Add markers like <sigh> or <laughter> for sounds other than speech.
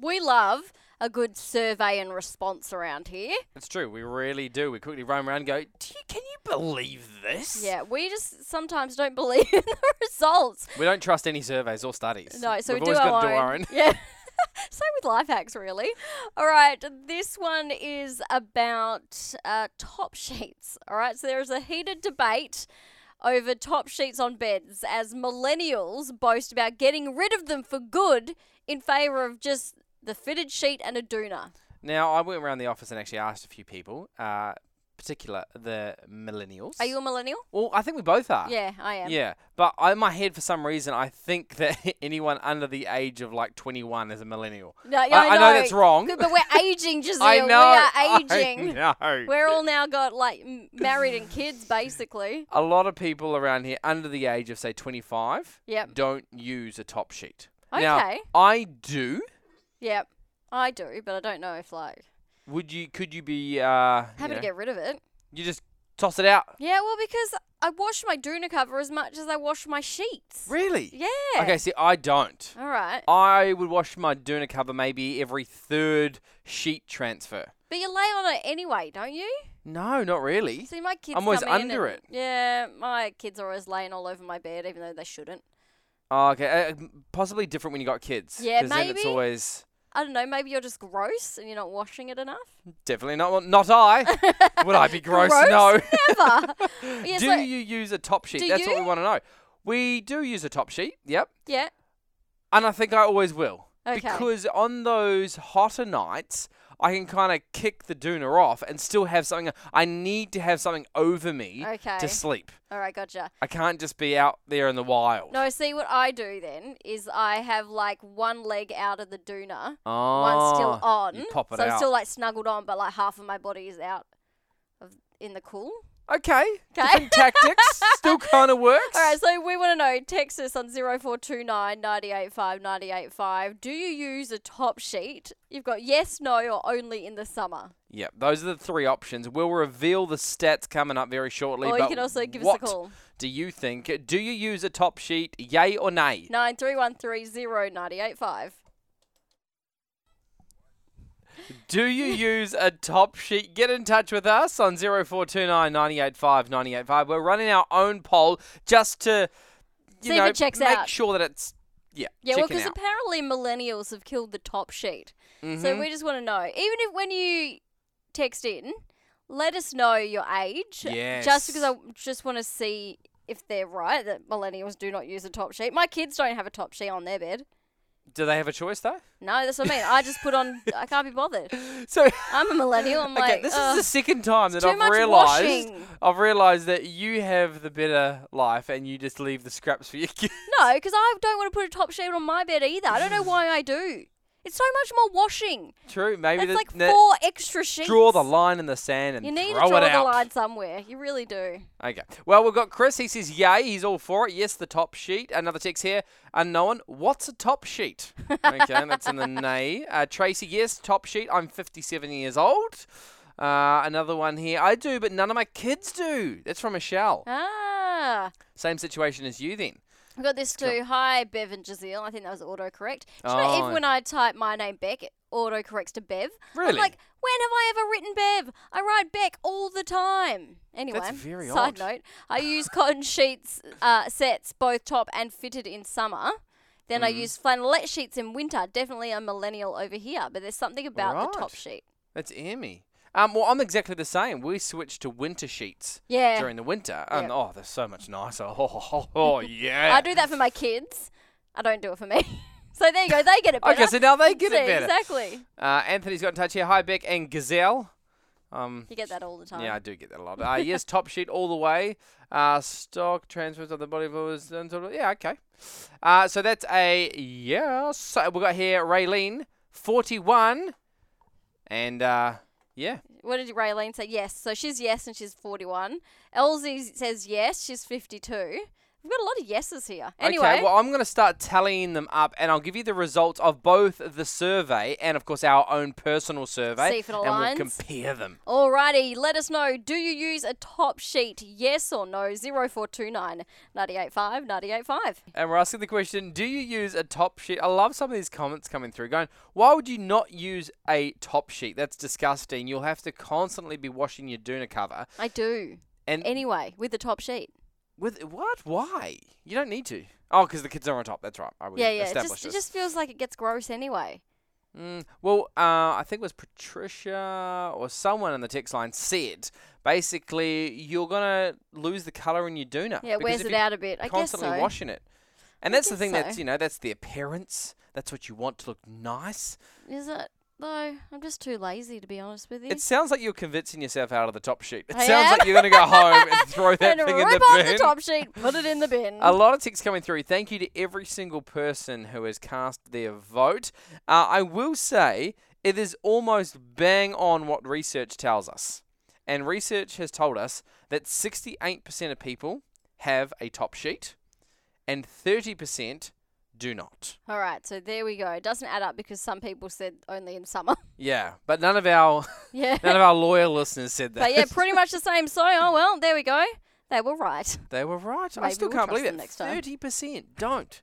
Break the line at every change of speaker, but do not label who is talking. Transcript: we love a good survey and response around here.
It's true. We really do. We quickly roam around and go, do you, can you believe this?
Yeah, we just sometimes don't believe <laughs> in the results.
We don't trust any surveys or studies.
No, so
We've
we do
always
our,
got to
own.
do our own.
<laughs> Yeah. Same with life hacks, really. All right, this one is about uh, top sheets. All right, so there is a heated debate over top sheets on beds as millennials boast about getting rid of them for good in favour of just the fitted sheet and a doona.
Now, I went around the office and actually asked a few people, uh, particular the millennials.
Are you a millennial?
Well, I think we both are.
yeah, I am.
Uh, Yeah, but I, in my head, for some reason, I think <laughs> that anyone under the age of like 21 is a millennial.
No, yeah,
I, I know that's wrong.
But we're
<laughs>
aging, Giselle.
I know.
We are aging.
I <laughs> know.
We're all now got like m- married and kids, basically.
a lot of people around here under the age of say 25
Yep.
don't use a top sheet. Now,
Okay.
I do.
Yep, I do, but I don't know if like
Would you? Could you be? Uh, you,
happy to
know,
get rid of it.
you just toss it out.
Yeah, well, because I wash my doona cover as much as I wash my sheets.
Really?
Yeah.
Okay. See, I don't.
All right,
I would wash my Duna cover maybe every third sheet transfer.
but you lay on it anyway, don't you?
No, not really.
See, my kids.
I'm always
come in
under
and-
it.
Yeah, my kids are always laying all over my bed, even though they shouldn't.
Oh, okay, uh, m- possibly different when you got kids.
Yeah,
'cause Then it's
maybe.
always
I don't know. Maybe you're just gross and you're not washing it enough. <laughs>
definitely not. Not I. would I be gross?
Gross?
No. <laughs>
Never. <laughs> Yeah,
do
so-
you use a top sheet?
Do
That's what we
you?
want to know. We do use a top sheet. Yep.
Yeah.
And I think I always will.
Okay.
Because on those hotter nights, I can kind of kick the doona off and still have something. I need to have something over me
Okay.
to sleep.
All right, gotcha.
I can't just be out there in the wild.
No, see what I do then is I have like one leg out of the doona,
Oh,
one's still on,
You pop it
so
out.
I'm still like snuggled on, but like half of my body is out of in the cool.
okay.
Okay.
Different tactics.
<laughs>
Still kind of works.
All right, so we want to know text us on 0429 985 985. Do you use a top sheet? You've got yes, no, or only in the summer.
Yep, those are the three options. We'll reveal the stats coming up very shortly.
Or you
but
can also give us a
what
call.
Do you think? Do you use a top sheet, yay or nay?
93130985.
Do you use a top sheet? Get in touch with us on 0429 985 985. We're running our own poll just to you
See if
know,
it checks
make
out.
sure that it's yeah,
Yeah, well,
checking
because
out.
apparently millennials have killed the top sheet. So
Mhm.
we just want to know. Even if when you text in, let us know your age. Just because
Yes.
I w- just want to see if they're right that millennials do not use a top sheet. My kids don't have a top sheet on their bed.
Do they have a
<laughs>
choice though?
No, that's what I mean. I just put on. I can't be bothered.
<laughs> So
I'm a millennial. I'm
okay,
like,
this
"Ugh,
is the second time that
too
I've
much
realized
washing.
I've realized that you have the better life and you just leave the scraps for your <laughs> kids.
No, because I don't want to put a top sheet on my bed either. I don't know why I do. It's so much more washing.
True, maybe
That's
the,
like
the-
four extra sheets.
draw the line in the sand and
You need to
throw
draw
it
the
out.
line somewhere. You really do.
Okay. Well, we've got Chris. He says, "Yay, he's all for it." Yes, the top sheet. Another text here. Unknown. What's a top sheet?
<laughs>
okay, that's in the nay. Uh, Tracy, yes, top sheet. I'm 57 years old. Uh, another one here. I do, but none of my kids do. That's from Michelle.
Ah.
Same situation as you then.
I got this too. Hi, Bev and Giselle. I think that was autocorrect. Do you
Oh,
know, even
yeah.
when I type my name Beck, it autocorrects to Bev? I'm
Really?
like, when have I ever written Bev? I write Beck all the time. Anyway,
very
side
odd.
note, I use
<laughs>
cotton sheets uh, sets, both top and fitted in summer. Then
Mm.
I use flannelette sheets in winter. Definitely a millennial over here, but there's something about the top
Right.
sheet.
That's Emmy. Um, well, I'm exactly the same. We switched to winter sheets
Yeah.
during the winter, and
Yep.
oh, they're so much nicer. <laughs> Oh, oh, oh, yeah.
<laughs> I do that for my kids. I don't do it for me. <laughs> so there you go. They get it better.
Okay, so now they get
See,
it better.
Exactly.
Uh, Anthony's got in touch here. Hi, Beck and Gazelle. Um,
You get that all the time.
yeah, I do get that a lot. Uh, yes, top <laughs> sheet all the way. Uh, stock transfers of the body was done. sort of- Yeah, okay. Uh, so that's a yes. We got here Raylene, forty-one, and uh, yeah,
What did Raylene say? Yes. So she's yes and she's 41. Elsie says yes, she's 52. We've got a lot of yeses here. Anyway,
Okay, well, I'm going to start tallying them up, and I'll give you the results of both the survey and, of course, our own personal survey.
See if it
And we'll
aligns.
compare them.
alrighty. Let us know. Do you use a top sheet? Yes or no? 0429 985 985.
And we're asking the question Do you use a top sheet? I love some of these comments coming through going, Why would you not use a top sheet? That's disgusting. You'll have to constantly be washing your Duna cover.
I do.
And
Anyway, with the top sheet.
with what? Why? You don't need to. Oh, because the kids are on top. That's right. I would
Yeah, yeah. It
establish
just, it
this.
just feels like it gets gross anyway.
Mm, well, uh, I think it was Patricia or someone in the text line said basically you're gonna lose the color in your Duna.
Yeah, it
because
wears
if
it
you're
out a bit. I guess
Constantly
so.
washing it, and that's the
guess
thing
so.
that's you know that's the appearance. That's what you want to look nice.
Is it? Though I'm just too lazy to be honest with you.
It sounds like you're convincing yourself out of the top sheet. It
I
sounds
am.
like you're gonna go home
<laughs>
and throw that
and
thing
rip
in the
off
bin.
the top sheet, put it in
<laughs>
the bin.
A lot of texts coming through. Thank you to every single person who has cast their vote. Uh, I will say it is almost bang on what research tells us. And research has told us that 68% of people have a top sheet and 30% do not.
All right, so there we go. It doesn't add up because some people said only in summer.
Yeah, but none of our <laughs>
yeah.
none of our loyal listeners said
<laughs>
that.
but yeah, pretty much the same. So, oh well, there we go. They were right.
they were right. I
Maybe
still
we'll trust
can't believe
them
it.
next time.
30% don't.